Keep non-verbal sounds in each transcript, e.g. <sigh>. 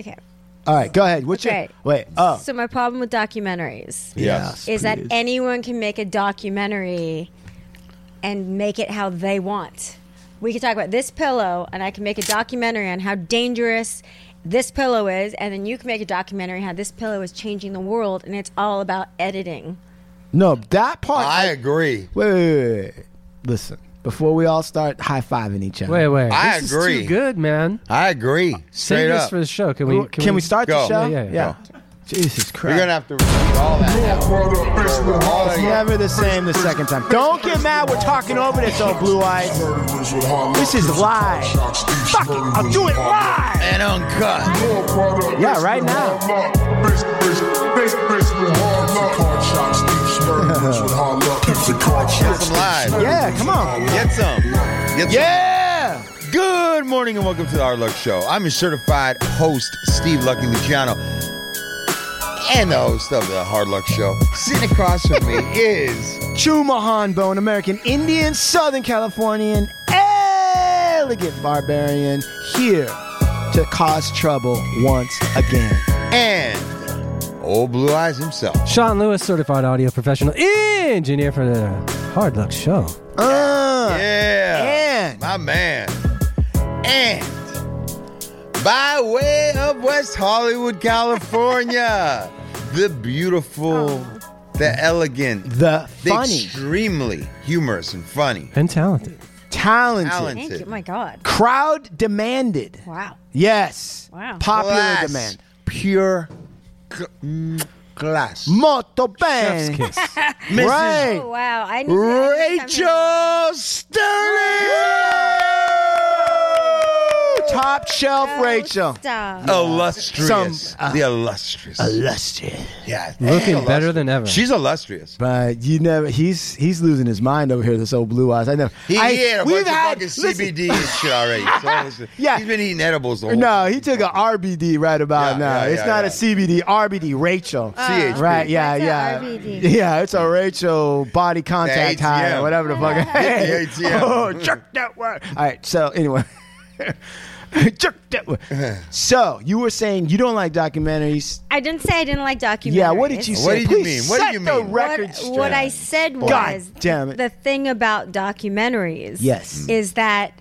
Okay. All right, go ahead. What's Okay. your wait? Oh, So my problem with documentaries yes. is that please. anyone can make a documentary and make it how they want. We could talk about this pillow, and I can make a documentary on how dangerous this pillow is, and then you can make a documentary how this pillow is changing the world, and it's all about editing. no that part? I agree. wait, wait, wait, wait, wait. Listen, before we all start high fiving each other. Wait, wait. I this Is agree. too good, man. I agree. Straight Save this up. for the show. Can we? Can, we, start Go. the show? Yeah, yeah, yeah. Jesus Christ. We're gonna have to repeat all that. All It's that. never the same the second time. Don't get mad. We're talking over this, oh blue eyes. This is live. Fuck it, I'll do it live. And uncut. Yeah, right now. <laughs> Get some live. Yeah, come on. Get some. Get some. Yeah. Good morning and welcome to the Our Luck Show. I'm your certified host, Steve Lucky Luciano, and the host of the Hard Luck Show. Sitting across from me <laughs> is Chumahan Bone, American Indian, Southern Californian, elegant barbarian, here to cause trouble once again. and old Blue Eyes himself. Sean Lewis, certified audio professional, engineer for the Hard Luck Show. Uh, Yeah, And my man. And by way of West Hollywood, California, the beautiful, the elegant, the the funny, extremely humorous and funny. And talented. talented, Talent. Thank you. Oh my God. crowd demanded. Wow. Yes. Wow. Popular Class. demand. Pure cl- mm, class. Molto Chef's bene. kiss. Mrs. Right. Oh, wow. I need Rachel Sterling! Top shelf Rachel. Stop. Illustrious. Some- the illustrious. Illustrious. yeah. Looking better than ever. She's illustrious. But you never he's he's losing his mind over here, this old blue eyes. I never He, I, he ate a we've bunch had- of fucking listen, CBD and <laughs> shit already. So listen, Yeah. He's been eating edibles the whole No, he took a RBD right about Yeah, now. yeah, it's yeah, not a yeah. CBD, RBD, Rachel. Uh, CHP. Right, yeah, What's a yeah. RBD? Yeah, it's a Rachel body contact The high or ATM. whatever the fuck. The <laughs> ATM. oh, jerk that word. All right, so anyway. <laughs> jerk that <laughs> word. So, you were saying you don't like documentaries. I didn't say I didn't like documentaries. Yeah, what did you say? What did you Please mean? What did set you the mean? record what, straight. what I said was God damn it. the thing about documentaries Yes. is that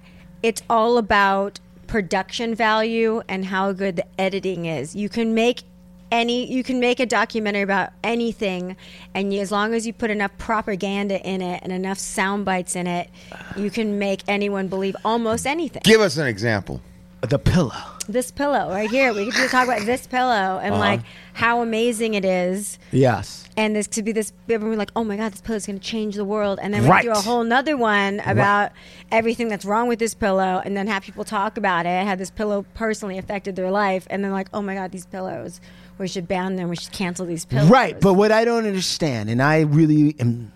it's all about production value and how good the editing is. You can make any you can make a documentary about anything and you, as long as you put enough propaganda in it and enough sound bites in it, you can make anyone believe almost anything. Give us an example. the pillow. this pillow right here, we could just talk about this pillow and Uh-huh. like how amazing it is Yes. and this could be this everyone would be like oh my god this pillow is going to change the world and then we Right. do a whole nother one about everything that's wrong with this pillow and then have people talk about it how this pillow personally affected their life and then like oh my god these pillows we should ban them we should cancel these pillows Right, but what I don't understand, and I really am,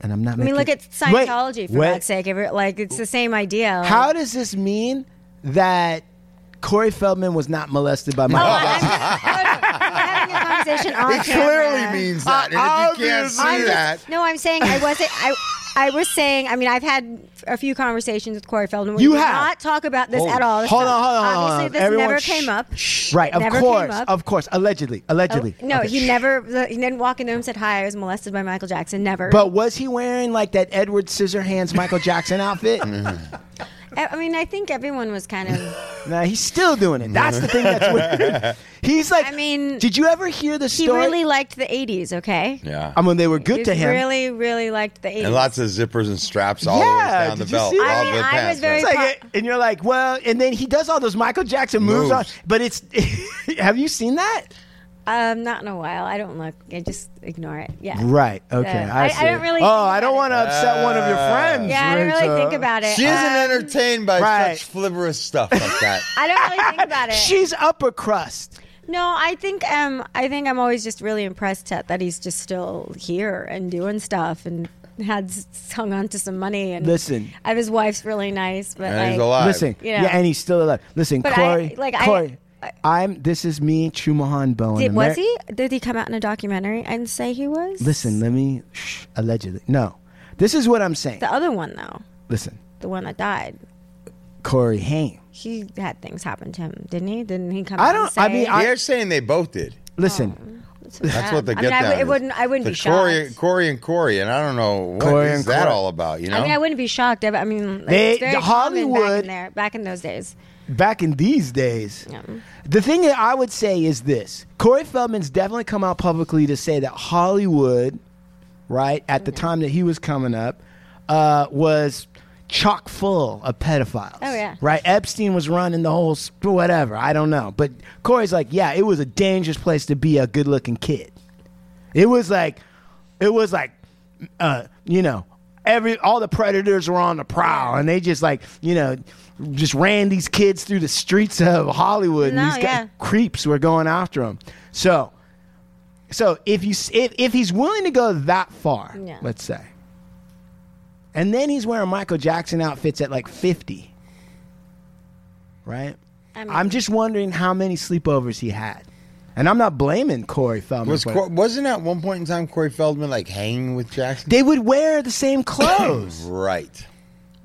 and I'm not. i mean making, look at Wait, scientology for wait. god's sake If it- like it's the same idea like- How does this mean that Corey Feldman was not molested by Oh, my? I'm, I'm having a <laughs> conversation on It camera. clearly means that. and if you can't see I'm just- that, no, I'm saying I wasn't. I, I was saying. I mean, I've had a few conversations with Corey Feldman. We You did have? not talk about this Holy at all. This Hold stuff- on, hold on, hold on. Obviously, this Everyone, never shh, came up. shh, right, of Never came course, up. Oh, of course, allegedly, allegedly. No, Okay, he shh. never. He didn't walk in the room and said, "Hi, I was molested by Michael Jackson." Never. But was he wearing like that Edward Scissorhands Michael Jackson outfit? E, I, I mean, I think everyone was kind <sighs> of. nah, he's still doing it. That's the thing that's weird. he's like, I mean, did you ever hear the he story? really liked the '80s. Okay. yeah. I mean, they were good He to him. Really, really liked the '80s. and lots of zippers and straps all the Yeah, way down the did you belt. see that? all I mean, the I was pants, very It's right? like it- and you're like, <laughs> well, and then he does all those Michael Jackson moves, Moves. on, but it's. have you seen that? Um, not in a while. I don't look. I just ignore it. Yeah. Right. Okay. Uh, I, I- I see. don't really think Oh, I don't about want to upset one of your friends. Yeah, I don't really Rachel. think about it. She isn't Um, entertained by right. such frivolous stuff <laughs> like that. I don't really think about it. She's upper crust. No, I think um, I think I'm always just really impressed at that he's just still here and doing stuff and had s- hung on to some money and Listen. I his wife's really nice, but And he's like, alive. Listen, You yeah, know. and he's still alive. Listen, But I- Corey, like, I- Corey, I- I, am This is me, Chumahan Bowen. Did, was Ameri- he? Did he come out in a documentary and say he was? Listen, let me shh, allegedly. No, this is what I'm saying. the other one though, Listen, the one that died, Corey Haim. he had things happen to him, didn't he? Didn't he come? I out and don't- I say- mean, I- They're saying they both did. Oh. Listen, That's what they Um, I get mean, I down. would- it is. wouldn't- I wouldn't The be Corey, shocked. Corey and Corey, and I don't know what is Corey and that Corey. all about. You know, I mean, I wouldn't be shocked. If, I mean, like, They- it's very the common back Hollywood- in there, back in those days. back in these days, the thing that I would say is this: Corey Feldman's definitely come out publicly to say that Hollywood, right at the time that he was coming up, uh, was chock full of pedophiles. Oh, yeah. right. Epstein was running the whole sp- whatever. I don't know, but Corey's like, yeah, it was a dangerous place to be a good-looking kid. It was like, it was like, uh, you know, every all the predators were on the prowl, and they just like, you know, just ran these kids through the streets of Hollywood, No, and these yeah. guys, creeps were going after him. So, so if you s- if, if he's willing to go that far, Yeah. let's say, and then he's wearing Michael Jackson outfits at like fifty, right? I mean- I'm just wondering how many sleepovers he had. And I'm not blaming Corey Feldman. was for it. Cor- wasn't at one point in time Corey Feldman like hanging with Jackson? they would wear the <coughs> same clothes. right,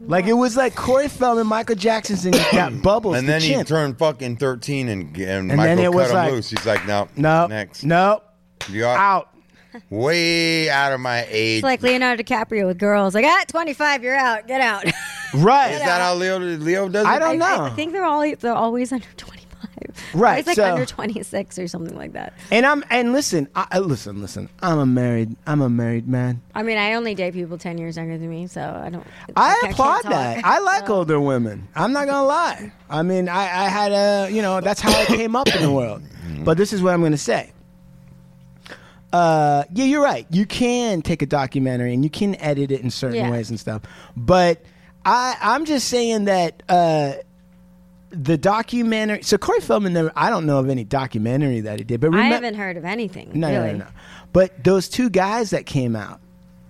like it was like Corey Feldman, Michael Jackson's, and got <coughs> bubbles. and then the he chin. turned fucking thirteen, and, and, then Michael it cut was him like- loose. He's like, no, no, next, Uh, no, you're out. way out of my age. It's like Leonardo DiCaprio with girls. Like, ah, 25, you're out. Get <laughs> out. Right. is that how Leo Leo does it? I don't know. I think they're all they're always <laughs> under 25. Right, It's like so- under 26 or something like that. And I'm and listen, I, I- listen, listen. I'm a married, I'm a married man. I mean, I only date people 10 years younger than me, so I don't. I like, can't applaud talk. that. I like So- older women. I'm not gonna lie. I mean, I, I had a, you know, that's how I came up in the world. But this is what I'm gonna say. Uh, yeah, you're right. You can take a documentary and you can edit it in certain Yeah. ways and stuff. But I, I'm just saying that uh, the documentary. So Corey Feldman never. I don't know of any documentary that he did. <laughs> But I remember, haven't heard of anything. No, really. no, no, no. But those two guys that came out,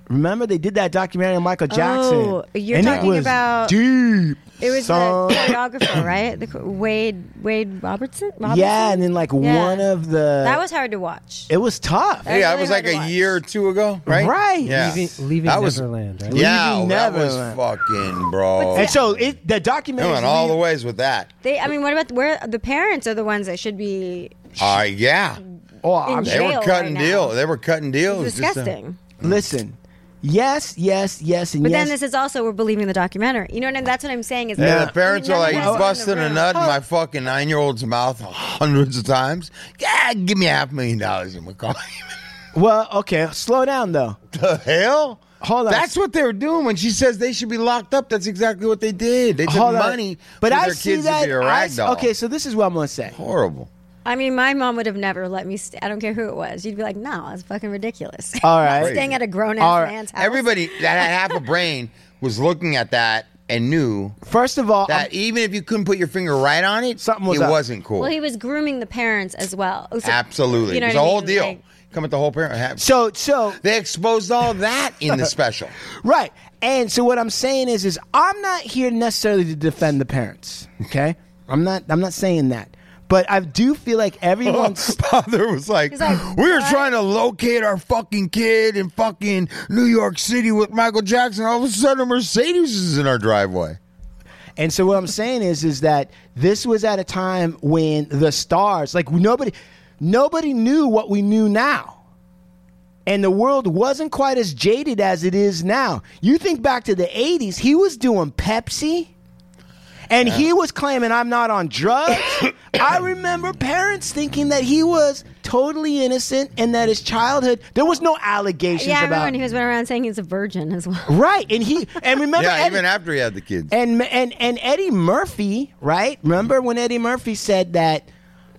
remember they did that documentary on Michael Jackson. Oh, you're and talking it was about- deep. It was son. the choreographer, right? The, co- Wade Wade Robertson. Robertson? yeah, and then like Yeah. one of the that was Uh, hard to watch. it was tough. That yeah, really it was hard like to a watch. year or two ago, right? Right. Yeah. Leaving, leaving That was- Neverland, right? Yeah, Leaving that was Neverland. fucking bro. and so it the It documentary went all the ways with that. They, I mean, what about the, where the parents are the ones that should be? Uh, yeah, Oh, I'm, In they Jail were right cutting now. deals. They were cutting deals. It's just, uh, disgusting. listen. Yes, yes, yes, and But yes. then this is also we're believing the documentary. You know what I mean? That's what I'm saying. Is Yeah, like, the parents are like none Oh. of us in busting the a room. nut in my fucking nine year old's mouth hundreds of times. Yeah, give me half a million dollars and we're <laughs> calling well, okay, slow down though. The hell? Hold on. That's what they were doing when she says they should be locked up. That's exactly what they did. They took Hold on. money, but for I their see kids that. to be a I rag s- doll. okay, so this is what I'm gonna say. horrible. I mean, my mom would have never let me. St- I don't care who it was. You'd be like, "No, that's fucking <laughs> ridiculous." All right. staying at a grown All ass right. man's house. Everybody that <laughs> had half a brain was looking at that and knew First of all, that even if you couldn't put your finger right on it, Something was it up. wasn't cool. Well, he was grooming the parents as well. So- Absolutely, you know it was a what I whole mean? deal. Like, Come at the whole parent. ha- so so They exposed all that <laughs> in the special. Right. And so what I'm saying is is I'm not here necessarily to defend the parents, okay? I'm not I'm not saying that. But I do feel like <laughs> Oh. everyone's father was like, He's like, we were "What?" trying to locate our fucking kid in fucking New York City with Michael Jackson. All of a sudden, a Mercedes is in our driveway. And so what I'm saying is is that this was at a time when the stars like nobody nobody knew what we knew now. And the world wasn't quite as jaded as it is now. You think back to the 80s, he was doing Pepsi and he was claiming I'm not on drugs. I remember parents thinking that he was totally innocent and that his childhood there was no allegations yeah, I remember about when he was running around saying he's a virgin as well. <laughs> Right, and he and remember Yeah, Eddie- even after he had the kids. and and and Eddie Murphy, right? Remember when Eddie Murphy said that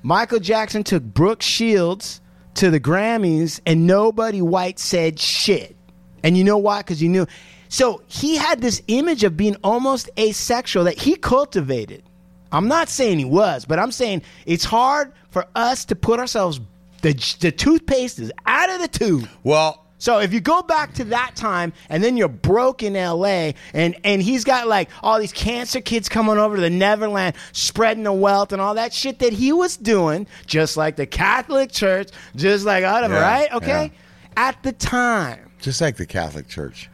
Michael Jackson took Brooke Shields to the Grammys and nobody white said shit. And you know why? Because you knew. So he had this image of being almost asexual that he cultivated. I'm not saying he was, but I'm saying it's hard for us to put ourselves, the, the toothpaste is out of the tube. Well, So if you go back to that time and then you're broke in LA and, and he's got like all these cancer kids coming over to the Neverland, spreading the wealth and all that shit that he was doing, just like the Catholic Church, just like all of Yeah, right? Okay. At the time. just like the Catholic Church.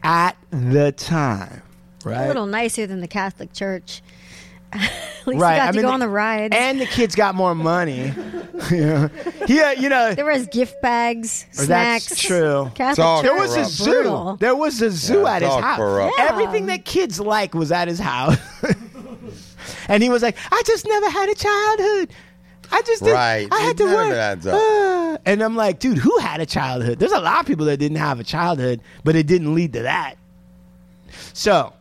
At the time. Right. A little nicer than the Catholic Church. <laughs> At least right. you got I to mean, go on the rides. And the kids got more money. <laughs> yeah, uh, you know. there was gift bags, Or that's snacks. true. Catholic It's all Church There was a corrupt. is zoo. brutal. There was a zoo Yeah, at it's his all house. corrupt. Yeah. Everything that kids like was at his house. <laughs> and he was like, I just never had a childhood. I just didn't, Right. I had It to never work. adds up. Ah. and I'm like, dude, who had a childhood? There's a lot of people that didn't have a childhood, but it didn't lead to that. So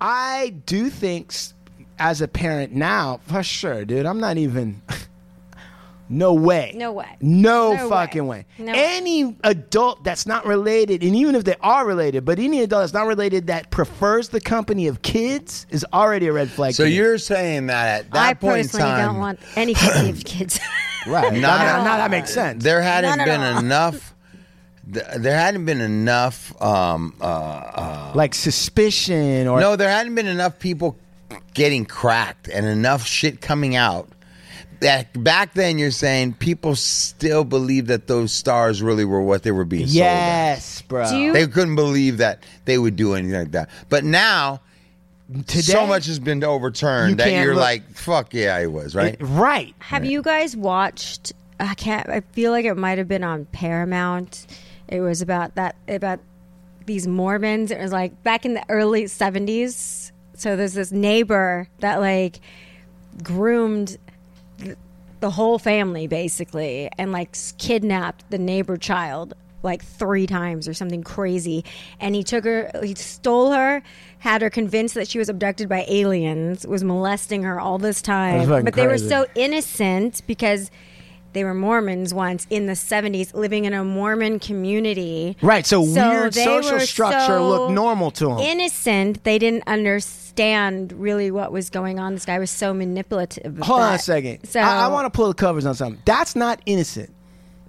I do think s- as a parent now, for sure, dude, I'm not even <laughs> no way. No way. No, No way. fucking way. No. Any adult that's not related, and even if they are related, but any adult that's not related that prefers the company of kids is already a red flag. So to me. you're saying that at that I point in personally time, don't want any <clears throat> company of kids. <laughs> right. Not now, at now all. that makes sense. there hadn't None at been all. enough. th- There hadn't been enough. Um, uh, uh, like suspicion or no, there hadn't been enough people getting cracked and enough shit coming out. That back then, you're saying people still believe that those stars really were what they were being sold. as. yes, bro. Do you- They couldn't believe that they would do anything like that. But now, Today, so much has been overturned You that can't you're look- like, fuck yeah, I was, right? right. Have you guys watched? I can't. I feel like it might have been on Paramount. It was about that about these Mormons. It was like back in the early seventies. So there's this neighbor that like groomed th- the whole family basically, and like s- kidnapped the neighbor child like three times or something crazy. And he took her. He stole her. Had her convinced that she was abducted by aliens, was molesting her all this time. fucking But they were crazy. so innocent because they were Mormons once in the 70s, living in a Mormon community. Right, so weird they social were structure looked normal to 'em. Innocent. They didn't understand really what was going on. This guy was so manipulative. of Hold on a that. second. So I, I want to pull the covers on something. That's not innocent.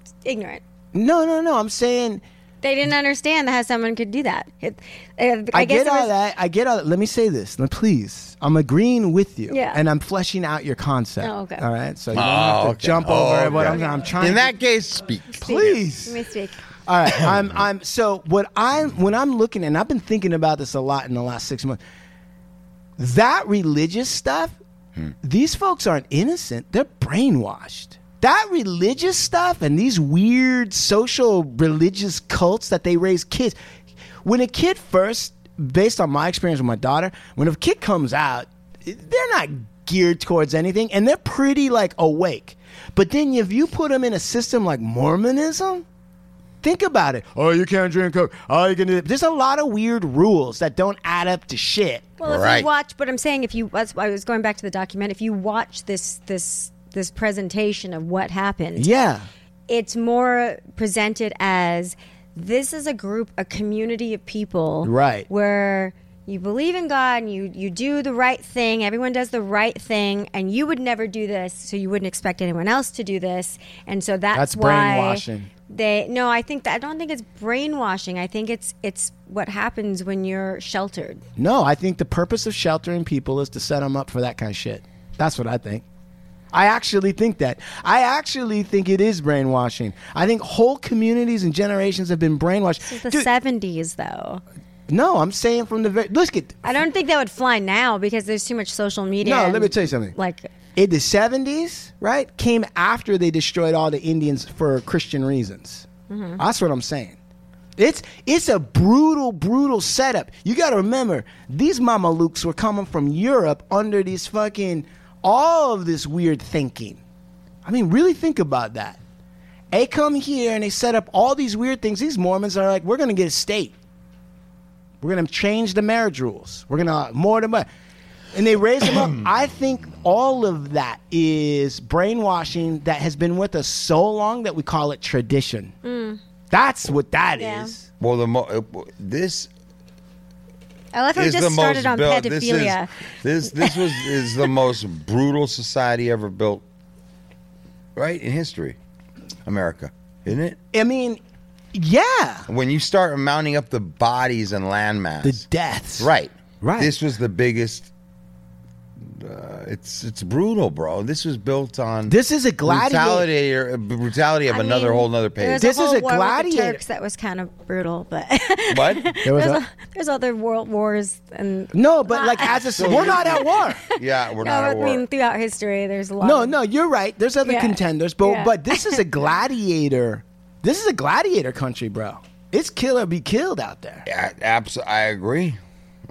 to. Ignorant. No, no, no. I'm saying They didn't understand how someone could do that. It, it- I, I, guess get it all was- that. I get all that. Let me say this, Let- please. I'm agreeing with you, Yeah. and I'm fleshing out your concept. Oh, okay. All right, so you don't have Oh, to okay. jump Oh, over okay. what I'm, I'm trying. In to- that case, speak. please. Let me speak. All right, I'm. I'm. So what I'm when I'm looking, and I've been thinking about this a lot in the last six months. That religious stuff, these folks aren't innocent. They're brainwashed. That religious stuff and these weird social religious cults that they raise kids. When a kid first, based on my experience with my daughter, when a kid comes out, they're not geared towards anything and they're pretty like awake. But then if you put them in a system like Mormonism, Think about it. Oh, you can't drink Coke. Oh, you can do. There's a lot of weird rules that don't add up to shit. Well, if Right. you watch, but I'm saying if you, that's why I was going back to the document. If you watch this, this, this presentation of what happened, Yeah. it's more presented as this is a group, a community of people, Right. Where you believe in God and you you do the right thing. Everyone does the right thing, and you would never do this, so you wouldn't expect anyone else to do this, and so that's, That's why brainwashing. They no, I think that I don't think it's brainwashing. I think it's it's what happens when you're sheltered. No, I think the purpose of sheltering people is to set them up for that kind of shit. That's what I think. I actually think that. I actually think it is brainwashing. I think whole communities and generations have been brainwashed. The Dude, seventies, though, no, I'm saying from the very. Look at I don't think that would fly now because there's too much social media. No, let me and, tell you something. Like in the 70s, right? Came after they destroyed all the Indians for Christian reasons. That's what I'm saying. It's it's a brutal, brutal setup. You got to remember, these Mamelukes were coming from Europe under these fucking all of this weird thinking. I mean, really think about that. They come here and they set up all these weird things. These Mormons are like, we're going to get a state. We're going to change the marriage rules. We're going to more than more. and they raise <clears throat> them up. I think all of that is brainwashing that has been with us so long that we call it tradition. That's what that is. Yeah. Well, the mo- uh, this I love how we is the just started most on built. This is pedophilia. this this was is the most brutal society ever built, right in history, America, isn't it? I mean, yeah, When you start mounting up the bodies and landmass, the deaths. Right. Right. This was the biggest. Uh, it's it's brutal, bro. This was built on This is a gladiator. brutality, or, uh, brutality of I another mean, whole another there was page. This a is whole a war with the gladiator. Turks that was kind of brutal, but <laughs> What? <laughs> <laughs> There was there's, a- a, there's other world wars and No, but like as a we're not at war. Yeah, we're no, not I at war. mean throughout history there's a lot. No, of- no, you're right. There's other Yeah. contenders, but Yeah. but this <laughs> is a gladiator. This is a gladiator country, bro. It's kill or be killed out there. Yeah, abs- I agree.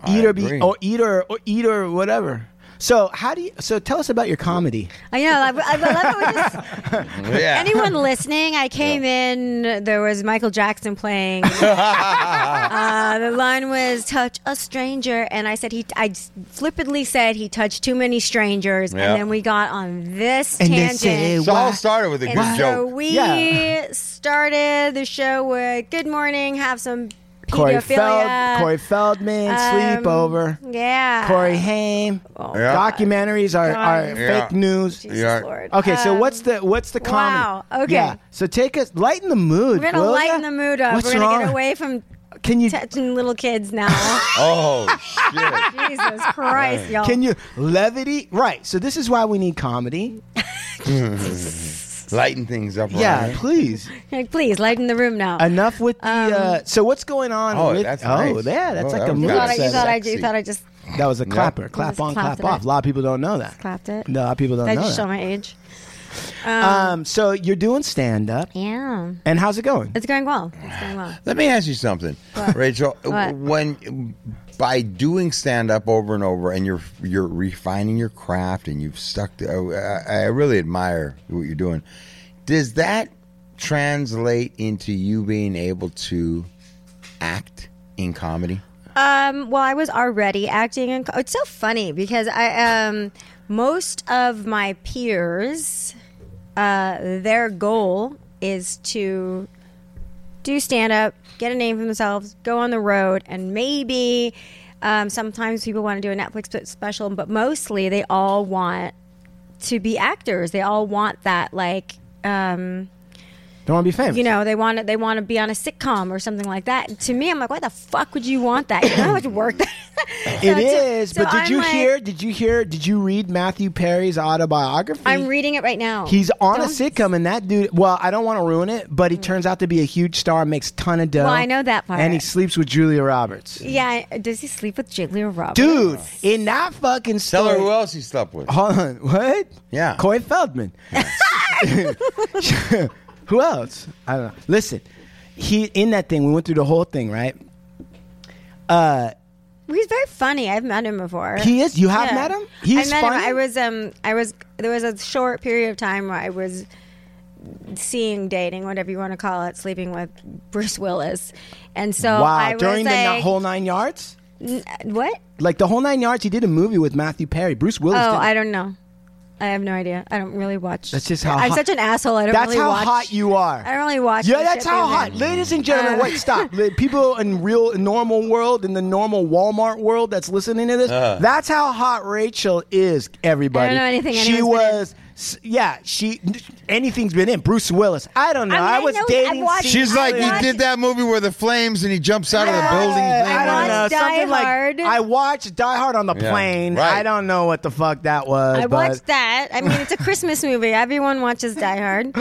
I Eat or agree. be or eat or, or eat or whatever. So how do you? So tell us about your comedy. I know. I, I love how we just <laughs> <laughs> yeah. anyone listening, I came in. There was Michael Jackson <laughs> playing. uh, the line was "Touch a stranger," and I said he. I flippantly said he touched too many strangers, Yeah. and then we got on this And they tangent. say, It all Why- started with a and good so joke. we Yeah. started the show with "Good morning, have some Corey pedophilia." Feld, Corey Feldman, Sleepover, Um, yeah, Corey Haim. Yeah. Documentaries are, are God. Yeah. fake news. Jesus Yeah. Lord. Okay, so Um, what's the what's the comedy? wow, okay. Yeah. So take us lighten the mood. We're gonna will lighten ya? the mood up. What's We're gonna wrong? get away from Can you touching little kids <laughs> now. Oh <laughs> shit! Jesus Christ, y'all. Can you levity? Right. So this is why we need comedy. Lighten things up. Yeah, Ryan. please. Like, please lighten the room now. Enough with the. Um, uh, so what's going on? Oh, with, that's oh, nice. yeah, that's Oh, like that a was you mood nice. thought, I, you, setter. thought I, you Sexy. thought I just That was a clapper. Clap just on, clapped clap it. off. A lot of people don't know that. clapped it? No, a lot of people don't Did I know just that. show my age? um, so you're doing stand up, Yeah. and how's it going? It's going well. It's going well. Let me ask you something, Rachel. uh, What? When by doing stand up over and over, and you're you're refining your craft, and you've stuck. To, oh, I, I really admire what you're doing. Does that translate into you being able to act in comedy? Um, well, I was already acting in. Co- it's so funny because I um, most of my peers, uh, their goal is to do stand up, get a name for themselves, go on the road, and maybe um, sometimes people want to do a Netflix spe- special, but mostly they all want to be actors. They all want that like. Um, Don't want to be famous. you know they want to they want to be on a sitcom or something like that And to me i'm like why the fuck would you want that you know how much work that <laughs> it so- is. so but did I'm you like- hear? Did you hear? Did you read Matthew Perry's autobiography? i'm reading it right now He's on a Don't- Mm. sitcom, and that dude. Well, I don't want to ruin it, but he turns out to be a huge star, makes ton of dough. Well, I know that part. And he sleeps with Julia Roberts, yeah does he sleep with julia roberts dude. In that fucking Tell story. her who else you slept with. Hold on, what? Yeah. Corey <laughs> Feldman. <laughs> who else? I don't know. Listen, he in that thing. We went through the whole thing, right? he's very funny i've met him before He is. You have Yeah. met him. He's I met funny. him i was um i was there was a short period of time where i was seeing dating whatever you want to call it sleeping with bruce willis and so wow. Oh, i During was the like, n- whole nine yards, what like the whole nine yards, he did a movie with Matthew Perry. Bruce Willis. Oh, did I don't know. I have no idea. I don't really watch. That's just how I'm hot- such an asshole. I don't That's really how watch. hot you are. I don't really watch. Yeah, this that's shit Uh. how either. hot. Ladies and gentlemen, wait, <laughs> stop. The People in real normal world, in the normal Walmart world that's listening to this, Uh. that's how hot Rachel is, everybody. I don't know anything She anyone's been in. was s- yeah, she anything's been in. Bruce Willis. I don't know. I I, mean, I was know- I've dating watched- Steve She's like, Martin. he watched- did that movie where the flames and he jumps out of the building. I don't know. watched Die Something like Hard. I watched Die Hard on the Yeah, plane. right. I don't know what the fuck that was. I but watched that. I mean, it's a Christmas movie. Everyone watches Die <laughs> Hard.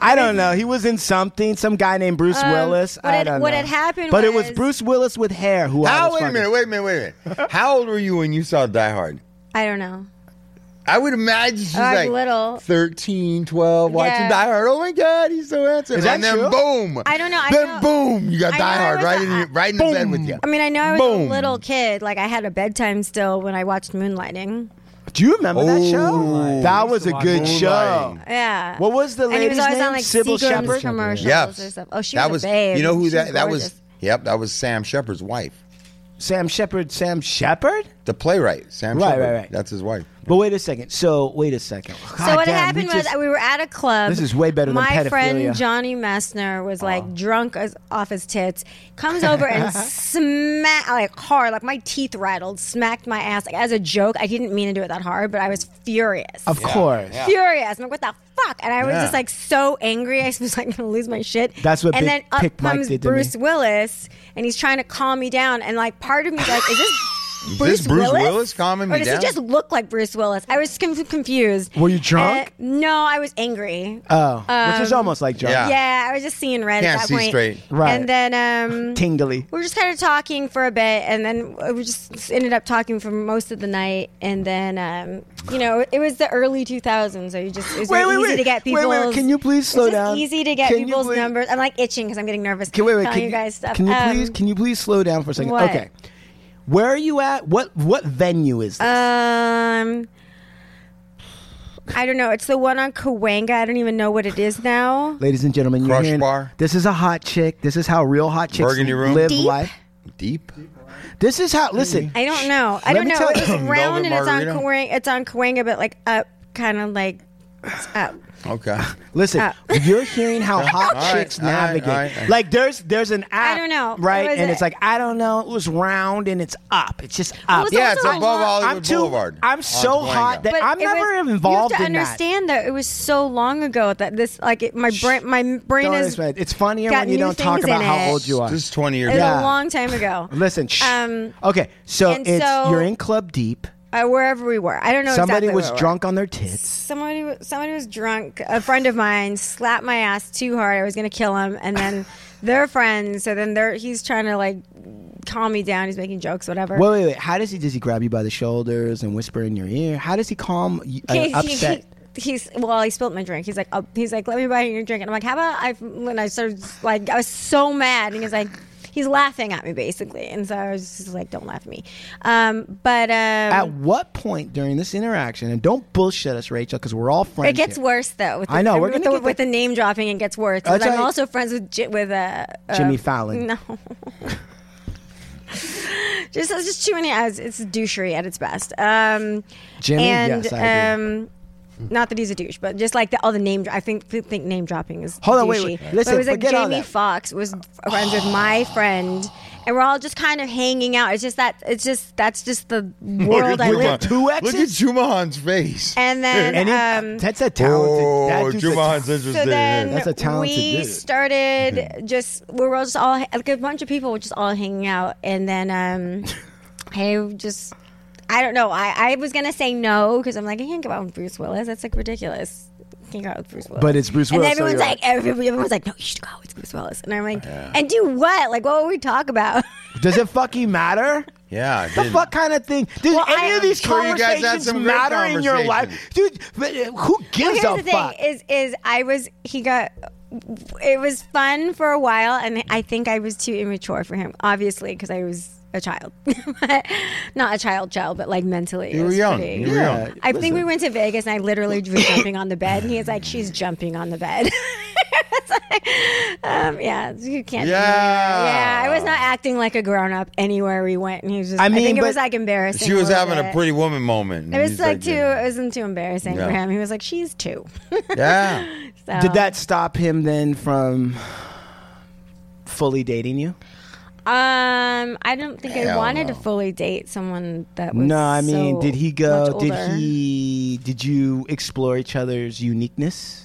I don't know. He was in something. Some guy named Bruce Um, Willis. what I had- don't what know. had happened But it was was- Bruce Willis with hair. Who I How? was Wait a fucking- minute. Wait a minute. Wait <laughs> a minute. How old were you when you saw Die Hard? I don't know. I would imagine she's I was like little. 13, 12, watching Yeah. Die Hard. Oh my God, he's so handsome. Is that and then true? boom. I don't know. I then know- boom, you got I Die know I Hard was right a- in, your- right in the bed with you. I mean, I know I was Boom. a little kid. Like I had a bedtime still when I watched Moonlighting. Do you remember that show? Oh, That we was used to a watch good Moonlight. show. Yeah. What was the and he lady's was always name? on like Sybil Seagram's Shepherd. commercials yeah. or stuff. Oh, she that was, a babe. You know who She that that gorgeous. was? Yep, that was Sam Shepard's wife. Sam Shepard. Sam Shepard. The playwright, Sam Right, Shepard. right, right. That's his wife. But wait a second. So wait a second. so God what damn, happened we was just- we were at a club. This is way better than My pedophilia. friend Johnny Messner was like drunk as, off his tits, comes over <laughs> and smack like hard, like my teeth rattled, smacked my ass like, as a joke. I didn't mean to do it that hard, but I was furious. of course. Furious. I'm like, what the fuck? And I was Yeah. just like so angry. <laughs> I was like, gonna lose my shit. That's what And Big then up Pick Mike comes did to me. Bruce Willis, and he's trying to calm me down. And like, part of me is like, is <laughs> this Is Bruce, this Bruce Willis calming or me does down? he just look like Bruce Willis? I was con- confused. Were you drunk? Uh, no, I was angry. Oh, which Um, is almost like John. yeah. yeah, I was just seeing red Can't at that see point. straight. Right. And then um, we Tingly. were just kind of talking for a bit, and then we just ended up talking for most of the night. And then, um, you know, it was the early 2000s, so you just it was Wait, really wait, easy wait. to get Wait, people's. wait, can you please it's slow just down? Easy to get Can you people's please- numbers. I'm like itching because I'm getting nervous. Can, wait, wait, telling can you guys stuff. Can you Um, please? Can you please slow down for a second? what? Okay. Where are you at? What what venue is this? Um, I don't know. It's the one on Kawanga. I don't even know what it is now. Ladies and gentlemen, you're Crush hearing, Bar. this is a hot chick. This is how real hot chicks Burgundy Room. live Deep. life. Deep. This is how. Listen, Mm-hmm. I don't know. I Let don't me know. tell It you- was round and it's on Margarita? Kawanga. It's on Kawanga, but like up, kind of like it's up. Okay. listen. Ah. <laughs> You're <laughs> hearing how hot All right, chicks all right, navigate. all right, all right. Like there's there's an app. don't know. Right, What was and it? it's like I don't know. It was round and it's up. It's just Well, up. it's Yeah, it's also above a lot- Hollywood I'm too. Boulevard. I'm on so hot Cahuenga. that I'm it never was- involved You have to in that. understand though, it was so long ago that this like it, my brain my brain Don't is explain. It's funnier got when you new don't talk things about in how it. old you are. <laughs> This is 20 years it was ago. Yeah. a long time ago. <laughs> Listen. Shh. Um, okay, so and it's so- you're in Club Deep. uh, wherever we were, I don't know. Somebody exactly was where we were. drunk on their tits. Somebody, wa- somebody was drunk. A friend of mine slapped my ass too hard. I was gonna kill him, and <laughs> then their friend. So then they're he's trying to like calm me down. He's making jokes, whatever. Wait, wait, wait. How does he? Does he grab you by the shoulders and whisper in your ear? How does he calm y- an He- he- upset? he- he's well. He spilled my drink. He's like, oh, he's like, let me buy you your drink. And I'm like, how about I? And I started like, I was so mad. And he's like, he's laughing at me basically. And so I was just like, don't laugh at me. Um, but um, At what point during this interaction? And don't bullshit us, Rachel, because we're all friends. it gets here. worse though. With the, I know, we're with, gonna the, get with there. the name dropping. It gets worse. 'Cause That's I'm right. also friends with Ji- with uh, uh, Jimmy Fallon. <laughs> No. just it's just too many ads. It's douchery at its best. Um, Jimmy, and yes, I agree. um, not that he's a douche, but just like the, all the name. dro- I think think name dropping is Hold douchey. on, wait, wait. But Listen, it was like forget all Jamie that. Fox was friends with <sighs> my friend. And we're all just kind of hanging out. It's just that. It's just that's just the world I Juma. live. two Look at X's? Jumahan's face. And <laughs> then And he- um, that's a talented. oh, that dude's a ta- Jumahan's interested. so then That's a talented we dude. started just we were all just all like a bunch of people were just all hanging out and then <laughs> um I just I don't know I, I was gonna say no because I'm like I can't go out with Bruce Willis that's like ridiculous I can't go out with Bruce Willis But it's Bruce and Willis, so everyone's you're like everybody, everyone's like no you should go out with Bruce Willis and I'm like and do what like what would we talk about Does it fucking matter? yeah. it The did. fuck kind of thing? Does Well, any I- of these I'm sure you guys had conversations some great matter in your life, dude? But uh, who gives Well, a here's the fuck? thing is is I was he got it was fun for a while and I think I was too immature for him obviously because I was a child <laughs> not a child child but like mentally it You were was young. pretty- You were young. I think we went to Vegas and I literally <coughs> was jumping on the bed and he was like she's jumping on the bed <laughs> It's like, um, yeah you can't do Yeah. that. yeah I was not acting like a grown up anywhere we went and he was just I I, mean, think it but was like embarrassing She was little having a bit. pretty woman moment. it was like too it <laughs> yeah. wasn't too embarrassing for Yeah. him he was like she's two <laughs> Yeah. so. Did that stop him then from fully dating you? Um, I don't think I Hell wanted no. to fully date someone that was. No, I mean, so did he go? much Did older. he? Did you explore each other's uniqueness?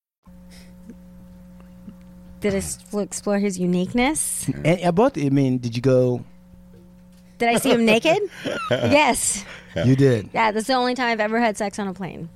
Did I s- explore his uniqueness? And about, I mean, did you go? Did I <laughs> see him naked? yes. You did. Yeah, that's the only time I've ever had sex on a plane.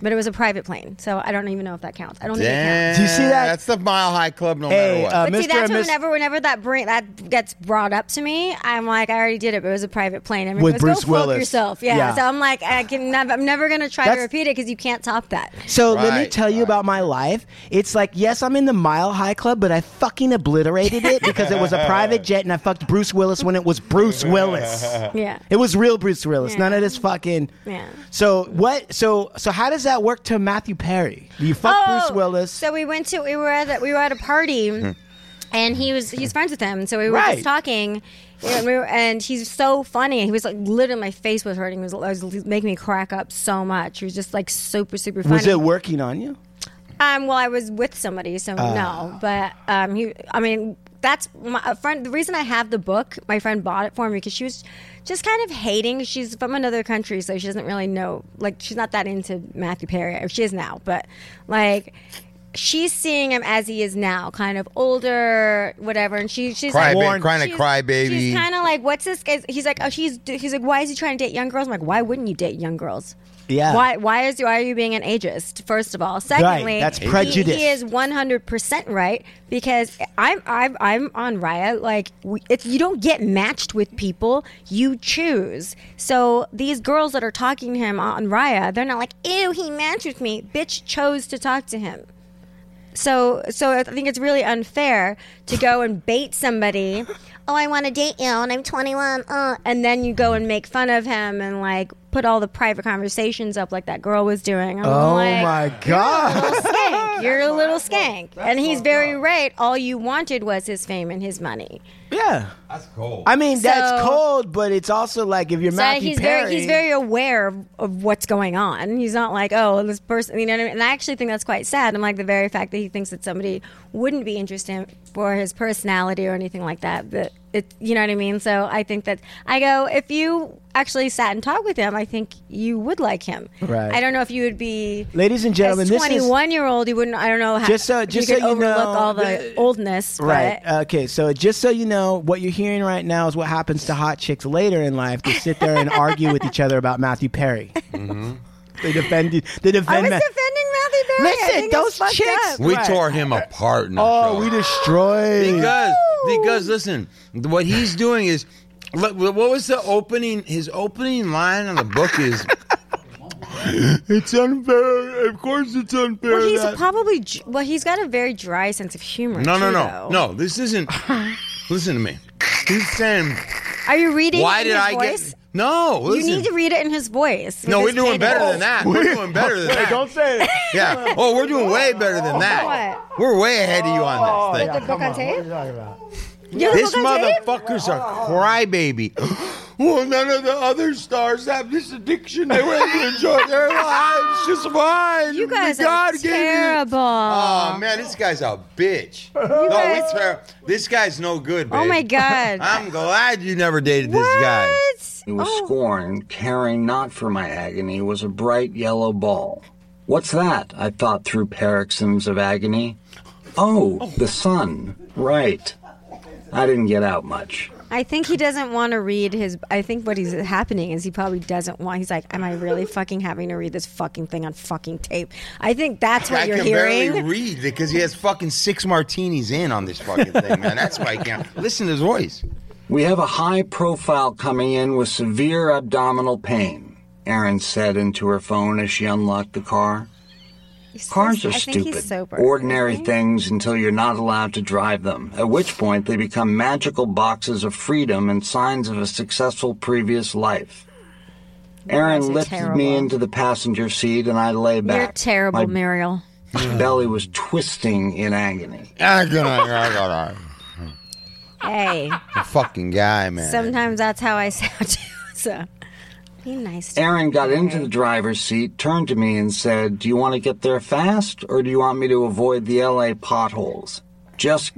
But it was a private plane, so I don't even know if that counts. I don't think it counts. Damn. Do you see that? That's the Mile High Club no Hey, matter what. uh, But see, Mr. that's and Miss- whenever, whenever that bring, that gets brought up to me, I'm like, I already did it, but it was a private plane. I mean, With goes, Bruce go Willis. fuck yourself. Yeah. Yeah. So I'm like, I can never, I'm never gonna try That's- to repeat it because you can't top that. So let me Right, tell you right. about my life. It's like, yes, I'm in the Mile High Club, but I fucking obliterated it because it was a private jet and I fucked Bruce Willis when it was Bruce Willis. <laughs> Yeah. It was real Bruce Willis. Yeah. None of this fucking. Yeah. So what? So so how does that work to Matthew Perry? Do you fuck Bruce Willis? Oh, Hmm. So we went to we were at a, we were at a party, and he was he's friends with him. So we were Right. just talking, and, we were, and he's so funny. He was like literally my face was hurting. He was, it was making me crack up so much. He was just like super super funny. was it working on you? Um, well, I was with somebody, so no. But um, he, I mean, that's my a friend. The reason I have the book, my friend bought it for me because she was just kind of hating. She's from another country, so she doesn't really know. Like, she's not that into Matthew Perry. Or She is now, but like. She's seeing him as he is now, kind of older, whatever, and she she's Cry, like, ba- Warren- crying to She's- cry, baby. She's kind of like, what's this guy? He's like, oh, she's he's like, why is he trying to date young girls? I'm like, why wouldn't you date young girls? Yeah. Why why is why are you being an ageist? First of all, secondly, that's he- prejudice. He, is 100 percent right because I'm I'm I'm on Raya. Like we, it's you don't get matched with people, you choose. So these girls that are talking to him on Raya, they're not like, ew, he matched with me. Bitch chose to talk to him. So, so I think it's really unfair to go and bait somebody. Oh, I want to date you, and I'm 21. Uh, and then you go and make fun of him and like put all the private conversations up like that girl was doing. I'm Oh like, my god. You're a little skank. You're a little skank. And he's very right. All you wanted was his fame and his money. yeah. That's cold. I mean, that's So- cold, but it's also like if you're So Matthew he's Perry, very he's very aware of, of what's going on. He's not like, oh, this person, you know what I mean? And I actually think that's quite sad. I'm like the very fact that he thinks that somebody wouldn't be interested for his personality or anything like that. That it, you know what I mean? So I think that I go if you actually sat and talked with him, I think you would like him. Right. I don't know if you would be. Ladies and gentlemen, as this is 21 year old, you wouldn't. I don't know how Just so- if just you so could you overlook know, all the- the oldness, Right. uh, but- Okay. So just so you know, what you're hearing right now is what happens to hot chicks later in life. They sit there and argue with each other about Matthew Perry. Mm-hmm. They defend. you- They defend. I was Ma- defending Matthew Perry. I Listen, think it's those fucked chicks- up. we Right. tore him apart. In oh, Australia. we destroyed. because because listen, what he's doing is look, what was the opening? His opening line on the book is. <laughs> It's unfair. Of course, it's unfair. Well, he's uh, that- probably j- well. He's got a very dry sense of humor. no, no, too, no, though. no. This isn't. <laughs> listen to me. He's saying, Are you reading? it "Why in did his I voice? get?" No, You listen. need to read it in his voice. no, with we're his doing better cadence. than that. We're doing <laughs> better than that. say it. Yeah. Oh, we're doing way better than that. What? We're way ahead of you Oh, on this The thing. book on tape. You have the This book on tape? motherfucker's a crybaby. <gasps> Well, none of the other stars have this addiction. They were able to enjoy <laughs> their lives just fine. You guys God are gave you- terrible. Oh Oh, man, this guy's a <laughs> bitch. no, guys- it's fair. This guy's no good. Babe. Oh my god. I'm glad you never dated <laughs> this guy. What? It was scorn, caring not for my agony, was a bright yellow ball. What's that? I thought through paroxysms of agony. Oh, the sun. Right. I didn't get out much. I think he doesn't want to read his. I think what is happening is he probably doesn't want. He's like, am I really fucking having to read this fucking thing on fucking tape? I think that's what I you're can hearing. barely read because he has fucking six martinis in on this fucking thing, man. That's why I can't listen to his voice. We have a high profile coming in with severe abdominal pain, Erin said into her phone as she unlocked the car. He's- Cars are I stupid, think he's sober. Mm-hmm. ordinary isn't he? things until you're not allowed to drive them, at which point they become magical boxes of freedom and signs of a successful previous life. guys Aaron are lifted terrible. me into the passenger seat and I lay back. You're terrible, My Muriel. <laughs> belly was twisting in agony. Hey, fucking guy, man. sometimes that's how I <laughs> sound too. So be nice. To Aaron got into the driver's seat, turned to me, and said, Do you want to get there fast or do you want me to avoid the LA potholes? Just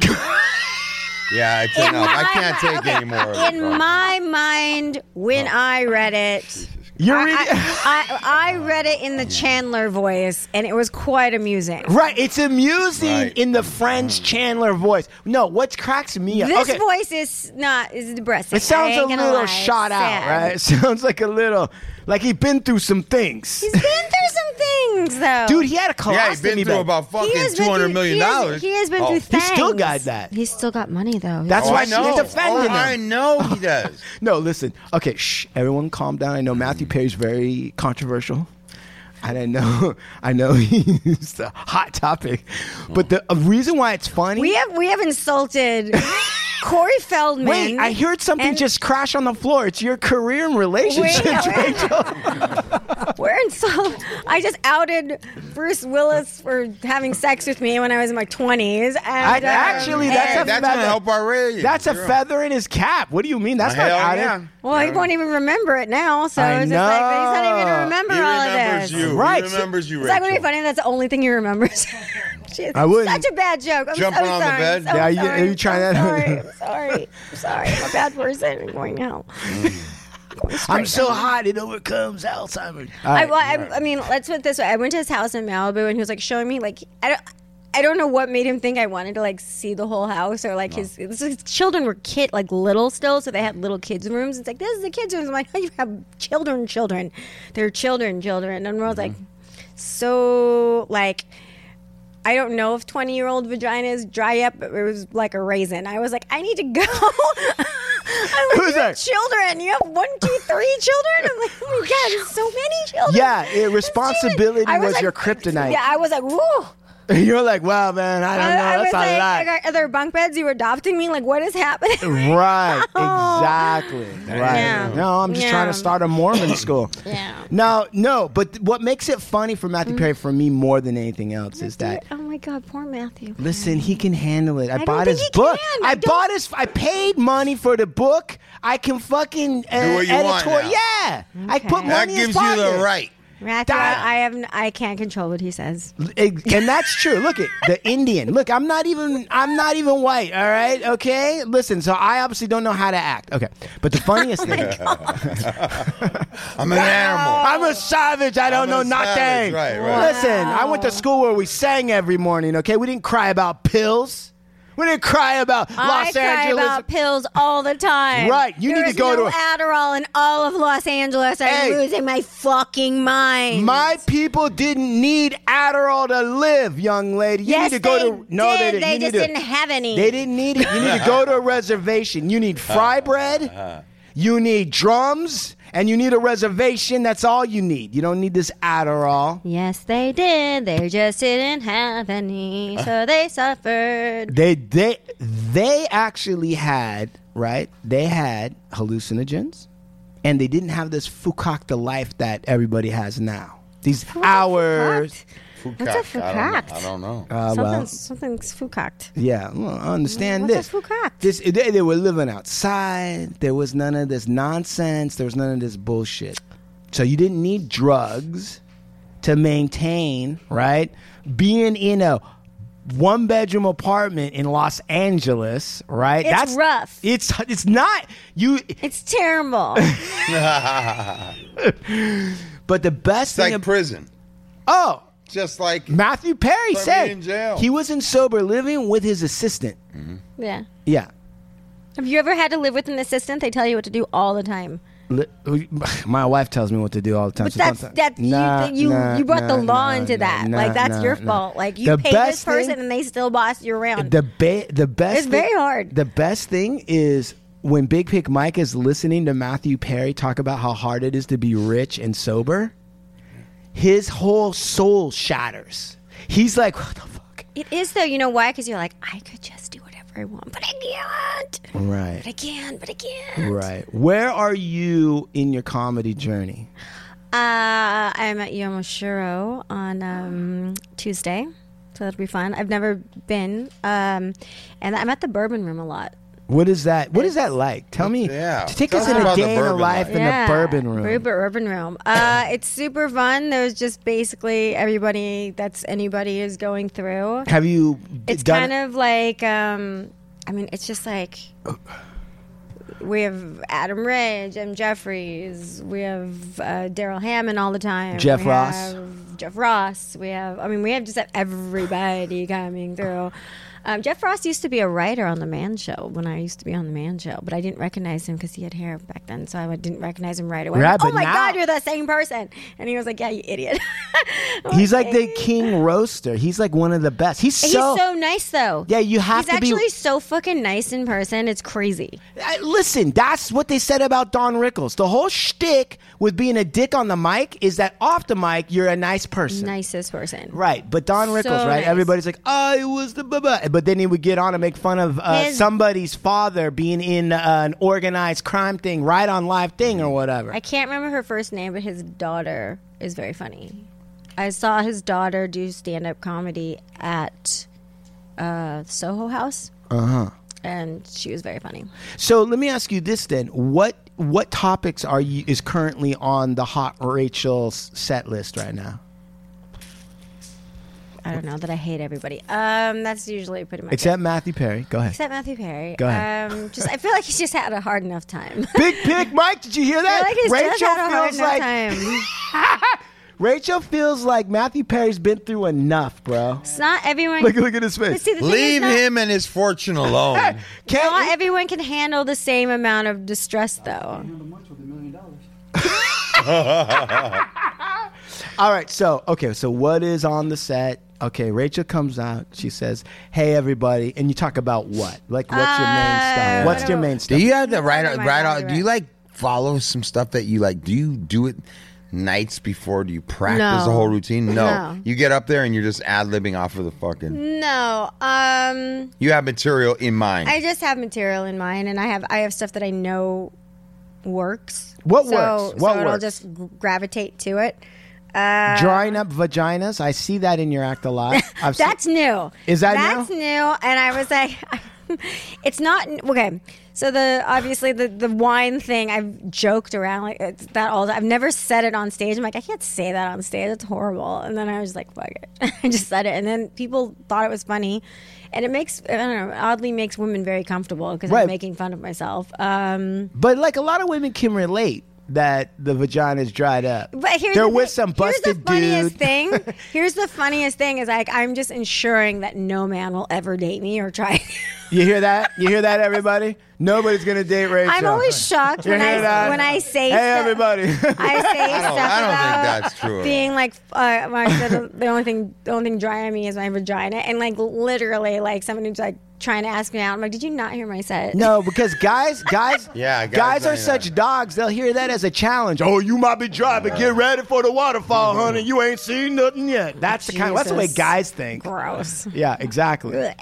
Yeah, it's enough. I can't take any more. of it, In bro. my mind, Oh. when I read it, You're I, reading. I, I read it in the Chandler voice, and it was quite amusing. Right, it's amusing Right. Mm. in the French Chandler voice. No, what cracks me up? This okay, voice is not is depressing. it sounds I a ain't gonna little lie. shot Sad. <laughs> out, right? It sounds like a little, like he's been through some things. He's been through some things. things, though. Dude, he had a colostomy Yeah, he's been through bag. about fucking two hundred million dollars. He has been Oh, through he things. still got that. He's still got money, though. That's oh, why I she's know. defending oh, I him. <laughs> know he does. No, listen. Okay, shh. Everyone, calm down. I know Mm. Matthew Perry's very controversial. I didn't know. <laughs> I know he's a hot topic, but the a reason why it's funny. we have we have <laughs> insulted Corey Feldman. Wait, I heard something and just crash on the floor. It's your career and relationships, Wait. <laughs> Rachel. We're insult. I just outed Bruce Willis for having sex with me when I was in my twenties. I- actually, that's Hey, a that's feather. gonna help our <laughs> rating. That's a Sure. feather in his cap. What do you mean? That's Hell not out yeah. of- well, he won't even remember it now. So I it's just like he's not even know. gonna remember He all remembers of this. you. He Right. remembers you, Is that gonna be Rachel. funny? That's the only thing he remembers. <laughs> Jeez, I wouldn't. Such a bad joke. I'm Jumping so on the sorry. bed? So Yeah, you- sorry. you try I'm that. Sorry. <laughs> I'm sorry. I'm sorry. I'm a bad person. I'm going now. I'm so hot it overcomes Alzheimer's. All I, right. well, I, I mean, let's put it this way. I went to his house in Malibu, and he was like showing me like I don't. I don't know what made him think I wanted to like see the whole house or like his, this is- his children were kid like little still, so they had little kids rooms. It's like this is the kids rooms. I'm like, <laughs> you have children, children. They're children, children. And I was like, so like. I don't know if 20 year old vaginas dry up, but it was like a raisin. I was like, I need to go. <laughs> I was like, Who's you that? have children. You have one, two, three children. I'm like, oh my God, there's so many children. Yeah, it- There's responsibility too many. I was your kryptonite. Yeah, I was like, woo. <laughs> You're like, wow, man. I don't know. I, I was That's a like, lot. I got other bunk beds. You were adopting me. Like, what is happening? Right, exactly. Right. Yeah. No, I'm just Yeah. trying to start a Mormon school. Yeah. No, no, but th- what makes it funny for Mm. Matthew Perry for me more than anything else is that <laughs> Oh my God, poor Matthew. listen, he can handle it. I, don't bought think his he book. can. I, I bought his I paid money for the book. I can fucking uh, Do what you want editor- now. Yeah. I put money That in gives his you the pocket. right. Matthew, Damn. I, I have, n- I can't control what he says. Ex- and that's true. Look at the <laughs> Indian. Look, I'm not even I'm not even white. All right, okay. Listen, so I obviously don't know how to act. Okay, but the funniest <laughs> thing, I'm an animal. I'm a savage. I don't I'm know a nothing. savage. Right, right. Listen, I went to school where we sang every morning. Okay, we didn't cry about pills. We didn't cry about I Los cry Angeles. about pills all the time. Right, you There need to is go no to a- Adderall in all of Los Angeles. I'm Hey. losing my fucking mind. My people didn't need Adderall to live, young lady. You yes, need to go they to no, did. they didn't. You need just to- didn't have any. They didn't need it. You need to <laughs> go to a reservation. You need Uh-huh. fry bread. You need drums. And you need a reservation. That's all you need. You don't need this Adderall. Yes, they did. They just didn't have any, Uh. so they suffered. They they they actually had right. They had hallucinogens, and they didn't have this fukakta life that everybody has now. These hours. What's a Fuck, I don't know. fucked? I don't know. Uh, well, something's something's fucked. Yeah, well, I understand What's this. a fukak? This they, they were living outside. There was none of this nonsense. There was none of this bullshit. So you didn't need drugs to maintain, right? Being in a one bedroom apartment in Los Angeles, right? It's rough. It's it's not you It's <laughs> terrible. but the best It's like thing ab- prison. Oh, Just like Matthew Perry Put me said in jail. he was in sober living with his assistant. yeah. Yeah. Have you ever had to live with an assistant? They tell you what to do all the time. Li- <laughs> My wife tells me what to do all the time. But so that's sometimes- that's Nah, you you nah, you brought the nah, law nah, into nah, that. nah, like that's nah, your nah. fault. Like you The pay this best person thing- and they still boss you around. The ba- the best. It's very thing- hard. The best thing is when Big Pick Mike is listening to Matthew Perry talk about how hard it is to be rich and sober. His whole soul shatters. He's like, what the fuck? it is though. You know why? Because you're like I could just do whatever I want, but I can't. But I Right. can. But I can't. Right. Where are you in your comedy journey? Uh, I'm at Yomoshiro on um, Tuesday, so that'll be fun. I've never been, um, and I'm at the Bourbon Room a lot. What is that? What is that like? Tell me. Yeah. Take Tell us us in a about the day in a bourbon life life. in a bourbon room. Bur- Bourbon Room. Uh, it's super fun. There's just basically everybody that's anybody is going through. Have you It's done kind of like, um, I mean, it's just like. We have Adam Ridge, M. Jeffries. We have uh, Daryl Hammond all the time. Jeff We Ross. have Jeff Ross. We have, I mean, we have just everybody coming through. Um, Jeff Frost used to be a writer on the Man Show when I used to be on the Man Show, but I didn't recognize him because he had hair back then, so I didn't recognize him right away. Right, oh but my now- God, you're that same person! And he was like, "Yeah, you idiot." <laughs> I'm He's like the "Hey." king roaster. He's like one of the best. He's He's so. so, nice though. Yeah, you have He's to be- actually so fucking nice in person. It's crazy. I- listen, that's what they said about Don Rickles. The whole shtick with being a dick on the mic is that off the mic you're a nice person. Nicest person. Right, but Don So Rickles, right? nice. Everybody's like, I was the blah, blah. But then he would get on and make fun of uh, His- somebody's father being in uh, an organized crime thing, right on live thing Mm. or whatever. I can't remember her first name, but his daughter is very funny. I saw his daughter do stand up comedy at uh, Soho House. Uh huh. Uh-huh. And she was very funny. So let me ask you this then: what what topics are you is currently on the hot Rachel's set list right now? I don't know that I hate everybody. Um, that's usually pretty much Except Matthew Perry. <laughs> Go ahead. Except Matthew Perry. Go ahead. Um, just I feel like he's just had a hard enough time. Big Pig Mike, did you <laughs> hear I that? feel like he's Rachel just had a hard feels enough like <laughs> time. Rachel feels like Matthew Perry's been through enough, bro. It's not everyone. Look, look at his But <laughs> face. see, the thing is Leave not- him and his <laughs> fortune alone. Can't Not you- everyone can handle the same amount of distress, though. All right, so okay, so what is on the set? Okay, Rachel comes out. She says, "Hey, everybody," and you talk about what? Like, what's your main stuff? Uh, What's your main do stuff? you have to write Never mind, right I'll on? do Do you it. like follow some stuff that you like? Do you do it nights before? Do you practice No. the whole routine? No. No. You get up there and you're just ad libbing off of the fucking. No, um, You have material in mind. I just have material in mind, and I have I have stuff that I know works. What so, works? What so it'll works? just g- gravitate to it. Uh, Drawing up vaginas. I see that in your act <laughs> a lot. I've seen- That's new. Is that that's new? new? And I was like, <laughs> it's not okay. So the obviously the the wine thing I've joked around like it's that all I've never said it on stage. I'm like I can't say that on stage. It's horrible. And then I was like fuck it. <laughs> I just said it, and then people thought it was funny, and it makes I don't know oddly makes women very comfortable because Right. I'm making fun of myself. Um, but like a lot of women can relate that the vagina's dried up. But here's they're the with thing- some busted here's the funniest dude. <laughs> thing. Here's the funniest thing is like I'm just ensuring that no man will ever date me or try. <laughs> You hear that? You hear that, everybody? Nobody's gonna date Rachel. I'm always shocked You when hear that? I when I say Hey, stuff- everybody. <laughs> I say I stuff don't, I don't about think that's true. at all. being like uh, when I said the only thing the only thing dry on me is my vagina and like literally like someone who's like trying to ask me out. I'm like, did you not hear my set? No, because guys, guys, Yeah, guys, guys are ain't such that. dogs. They'll hear that as a challenge. Oh, you might be dry, but get ready for the waterfall, honey. You ain't seen nothing yet. That's the kind. That's the way Jesus. guys think. Gross. Yeah, exactly.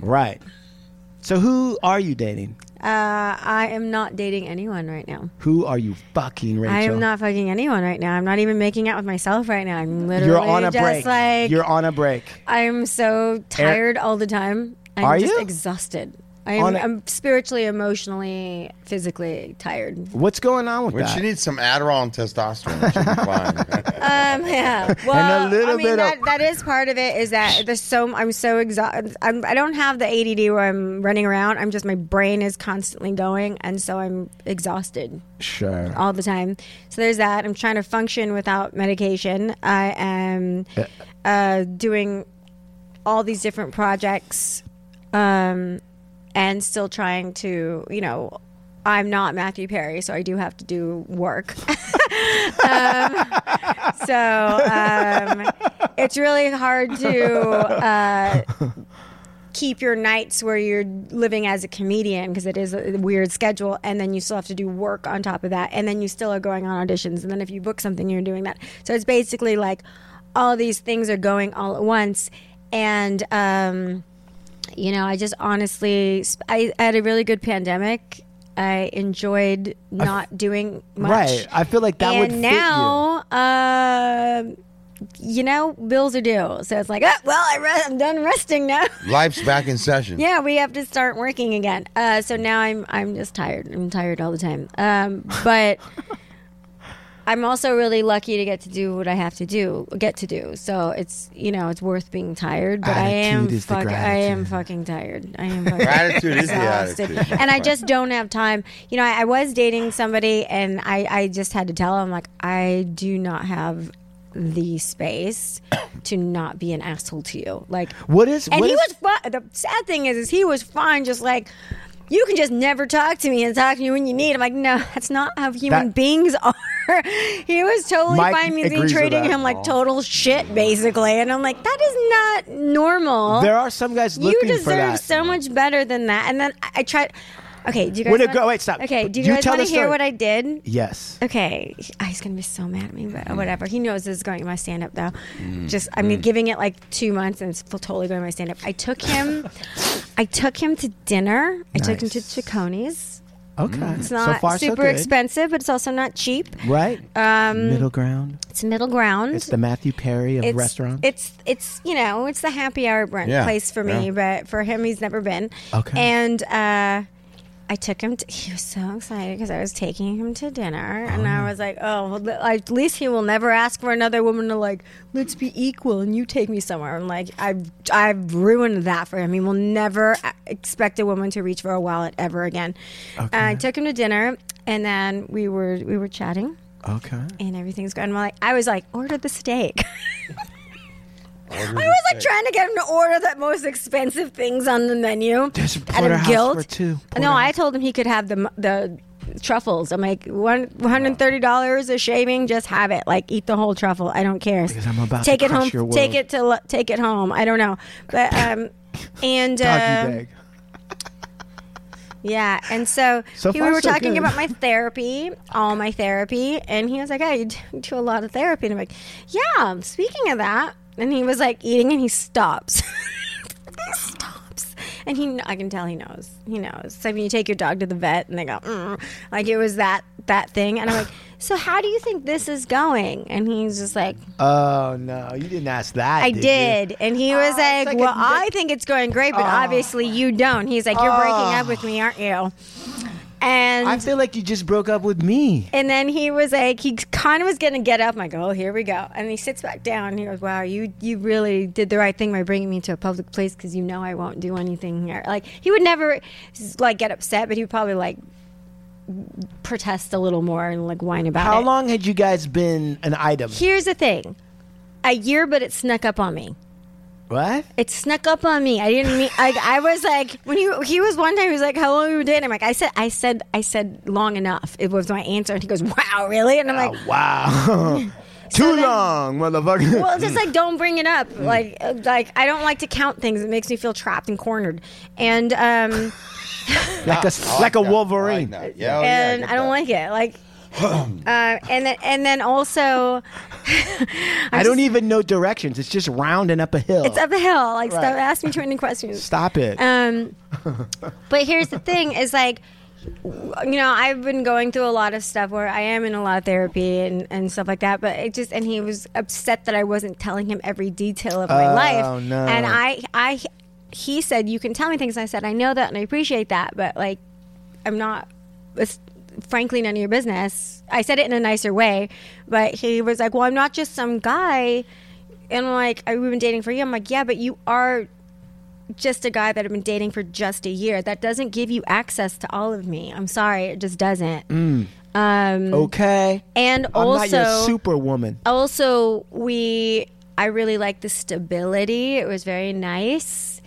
Right. So who are you dating? Uh, I am not dating anyone right now. Who are you fucking, Rachel? I am not fucking anyone right now. I'm not even making out with myself right now. I'm literally You're on a just break. like You're on a break. I'm so tired all the time. I'm Are just you? exhausted. On I'm, a- I'm spiritually, emotionally, physically tired. What's going on with When that? she needs some Adderall and testosterone, she'll be <laughs> fine. Um, yeah. Well, little I mean, bit of- that, that is part of it. Is that there's so I'm so exhausted. I'm, I don't have the ADD where I'm running around. I'm just my brain is constantly going, and so I'm exhausted sure. all the time. So there's that. I'm trying to function without medication. I am uh, doing all these different projects um, and still trying to, you know, I'm not Matthew Perry, so I do have to do work. um, so um, it's really hard to. Uh, keep your nights where you're living as a comedian because it is a weird schedule and then you still have to do work on top of that and then you still are going on auditions and then if you book something you're doing that so it's basically like all these things are going all at once and um you know i just honestly sp- i had a really good pandemic i enjoyed not doing much Right. I feel like that would and fit you. now, um, you know, bills are due, so it's like, oh, well, I re- I'm done resting now. <laughs> Life's back in session. yeah, we have to start working again. Uh, so now I'm I'm just tired. I'm tired all the time. Um, but I'm also really lucky to get to do what I have to do, get to do. So it's you know, it's worth being tired. But I am Attitude is the fuck, I am gratitude. fucking tired. I am fucking Gratitude is the exhausted. attitude. And I just don't have time. You know, I, I was dating somebody and I, I just had to tell him, like, I do not have the space to not be an asshole to you. Like What is- And what he is- was fine. The sad thing is, is he was fine. Just like you can just never talk to me and talk to me when you need. I'm like, no, that's not how human That- beings <laughs> are. he was totally Mike fine with me agrees with treating that. him like total shit, basically. And I'm like, that is not normal. There are some guys you looking deserve for that. so much better than that. And then I, I tried. Okay, do you guys? When a wanna- girl- wait, stop. Okay, do you, You guys tell the want to hear story. what I did? yes. Okay, he- ah, he's gonna be so mad at me, Mm-hmm. but whatever. He knows this is going to my stand up though. Just I'm Mm. giving it like two months, and it's totally going to my stand up. I took <laughs> him, I took him to dinner. I took him to Nice. Chiconi's. Okay. Mm, It's not so far, so super good. expensive, but it's also not cheap. Right. Um, Middle ground. It's middle ground. It's the Matthew Perry of it's, restaurants. It's it's you know it's the happy hour brunch Yeah, place for me, but for him he's never been. Okay. and uh, I took him. To, he was so excited because I was taking him to dinner, and I was like, oh, well, th- at least he will never ask for another woman to like let's be equal and you take me somewhere. I'm like I've I've ruined that for him. He will never uh, expect a woman to reach for a wallet ever again. Uh, I took him to dinner, and then we were we were chatting. okay. And everything's good. And like, I was like, order the steak. <laughs> I was like trying to get him to order the most expensive things on the menu. There's a out of porterhouse guilt. for two. No, I Porterhouse. told him he could have the m- the truffles. I'm like one hundred thirty dollars a shaving. Just have it. Like eat the whole truffle. I don't care. Because I'm about to take it crush home. your world. Take it to lo- take it home. I don't know, but um, and uh, Doggy bag. yeah, and so, So he, far, we were so talking good. about my therapy, all my therapy, and he was like, "Hey, you do- do a lot of therapy," and I'm like, "Yeah." Speaking of that, and he was like eating, and he stops, <laughs> he stops, and he, I can tell he knows, he knows. So when you take your dog to the vet, and they go, mm, like it was that that thing, and I'm like, "So how do you think this is going?" And he's just like, Oh no, you didn't ask that. I you? Oh, did. And he was like, like a- Oh. Well, I think it's going great, but obviously you don't. He's like, You're breaking up with me, aren't you? And I feel like you just broke up with me. and then he was like, he kind of was gonna get up. I'm like, oh, here we go. And he sits back down. And he goes, wow, you you really did the right thing by bringing me to a public place because you know I won't do anything here. Like he would never like get upset, but he would probably like protest a little more and like whine about How it. long had you guys been an item? Here's the thing, a year, but it snuck up on me. <laughs> What? It snuck up on me. I didn't mean. I, I was like, when he he was one time, he was like, "How long have you been dating?" I'm like, "I said, I said, I said, long enough." It was my answer, and he goes, "Wow, really?" And I'm like, Wow. Too then- long, <laughs> motherfucker. "Well, just like don't bring it up. Mm. Like, uh, like I don't like to count things. It makes me feel trapped and cornered, and um, like a s- Oh, like a Wolverine. I like that. yeah, oh, yeah, and get I don't that. like it. Like, <clears throat> uh, and then and then also, I don't even know directions. It's just rounding up a hill. it's up the hill. Like, stop Right. asking me too many questions. Stop it. Um, but here's the thing: is like, you know, I've been going through a lot of stuff where I am in a lot of therapy and, and stuff like that. But it just and he was upset that I wasn't telling him every detail of my Oh, life. no. And I, I, he said, "You can tell me things." And I said, "I know that and I appreciate that, but like, I'm not." It's, frankly none of your business i said it in a nicer way but he was like well i'm not just some guy and I'm like I- we've been dating for a year i'm like yeah but you are just a guy that I've been dating for just a year. That doesn't give you access to all of me. I'm sorry, it just doesn't. Um, okay. and Mm. Oh, I'm also, not your superwoman. also we, I really like the stability. It was very nice,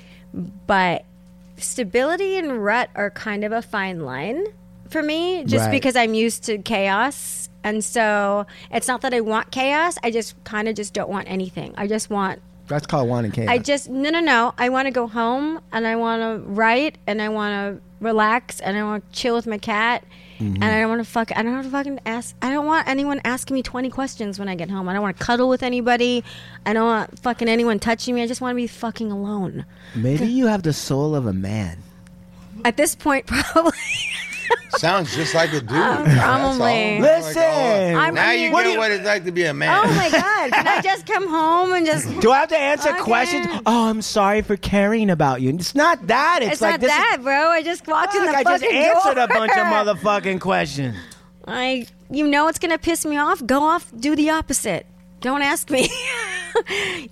but stability and rut are kind of a fine line for me, just Right. because I'm used to chaos. And so it's not that I want chaos. I just kind of just don't want anything. I just want That's called wanting chaos. I just no no no. I want to go home and I want to write and I want to relax and I want to chill with my cat Mm-hmm. and I don't want to fuck. I don't want to fucking ask. I don't want anyone asking me twenty questions when I get home. I don't want to cuddle with anybody. I don't want fucking anyone touching me. I just want to be fucking alone. Maybe you have the soul of a man. At this point, <laughs> probably. <laughs> Sounds just like <laughs> a dude. Uh, probably. Listen. Like, oh, I'm- now you What get do you- what it's like to be a man. oh my god! Can I just come home and just? Do I have to answer Okay. questions? Oh, I'm sorry for caring about you. It's not that. It's, It's like not this is- that, bro. I just walked in the Fuck, I just fucking answered a bunch of door. motherfucking questions. I, you know, it's gonna piss me off. Go off, do the opposite. Don't ask me. <laughs>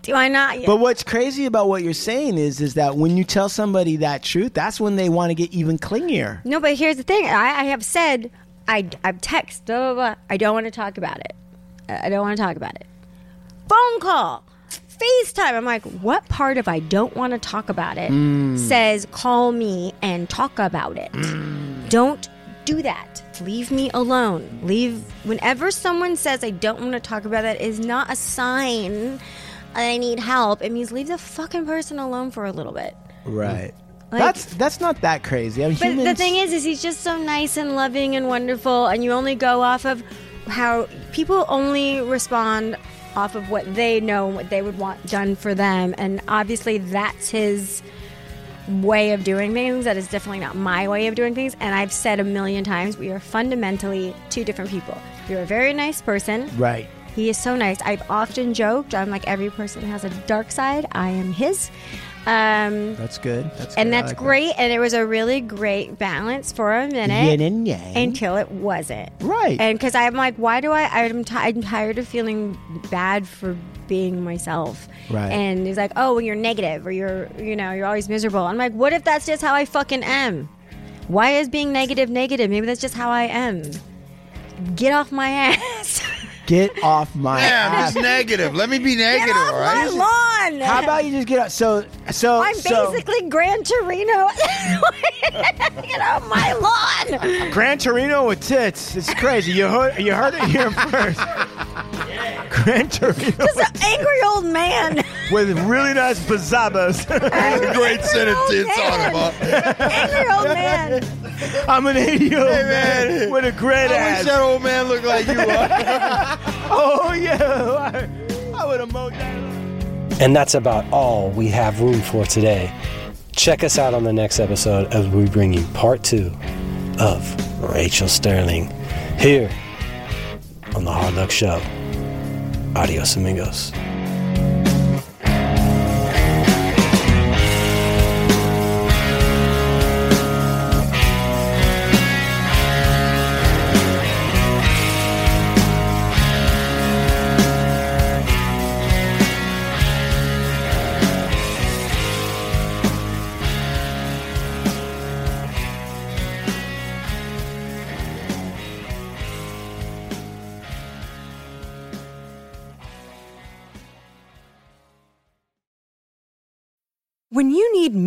do I not? But what's crazy about what you're saying is, is that when you tell somebody that truth, that's when they want to get even clingier. no, but here's the thing. I, I have said, I, I've texted. Blah, blah, blah. I don't want to talk about it. I I don't want to talk about it. call, FaceTime. I'm like, what part of I don't want to talk about it says call me and talk about it? Don't do that. Leave me alone. Leave whenever someone says I don't want to talk about that is not a sign I need help. It means leave the fucking person alone for a little bit. Right. Like- that's that's not that crazy. I mean, But humans, the thing is, is he's just so nice and loving and wonderful, and you only go off of how people only respond off of what they know and what they would want done for them, and obviously that's his way of doing things. That is definitely not my way of doing things, and I've said a million times we are fundamentally two different people. You're a very nice person. right. He is so nice. I've often joked. I'm like every person has a dark side. I am his. Um, That's good. That's and good. I that's like that. great. And it was a really great balance for a minute Yin and yang. until it wasn't. Right. And because I'm like, why do I? I'm, ti i I'm tired of feeling bad for being myself. Right. And he's like, oh, when you're negative or you're, you know, you're always miserable. I'm like, what if that's just how I fucking am? Why is being negative negative? Maybe that's just how I am. Get off my <laughs> ass. get off <laughs> my Yeah, I'm ass. just negative. Let me be Get negative, off all right? my lawn. How about you just get up? So so I'm so, basically Gran Torino. <laughs> Get off my lawn. Gran Torino with tits. It's crazy. You heard you heard it here first. Gran Torino Just an <laughs> angry old man. <laughs> with really nice bazabas. Great sentence it's Angry on old about. Hey, angry old man. <laughs> I'm an 80 year old man. man with a great I wish ass. that old man looked like you are. Oh yeah, I, I would have mowed that. And that's about all we have room for today. Check us out on the next episode as we bring you part two of Rachel Sterling here on The Hard Luck Show. Adios, amigos. When you need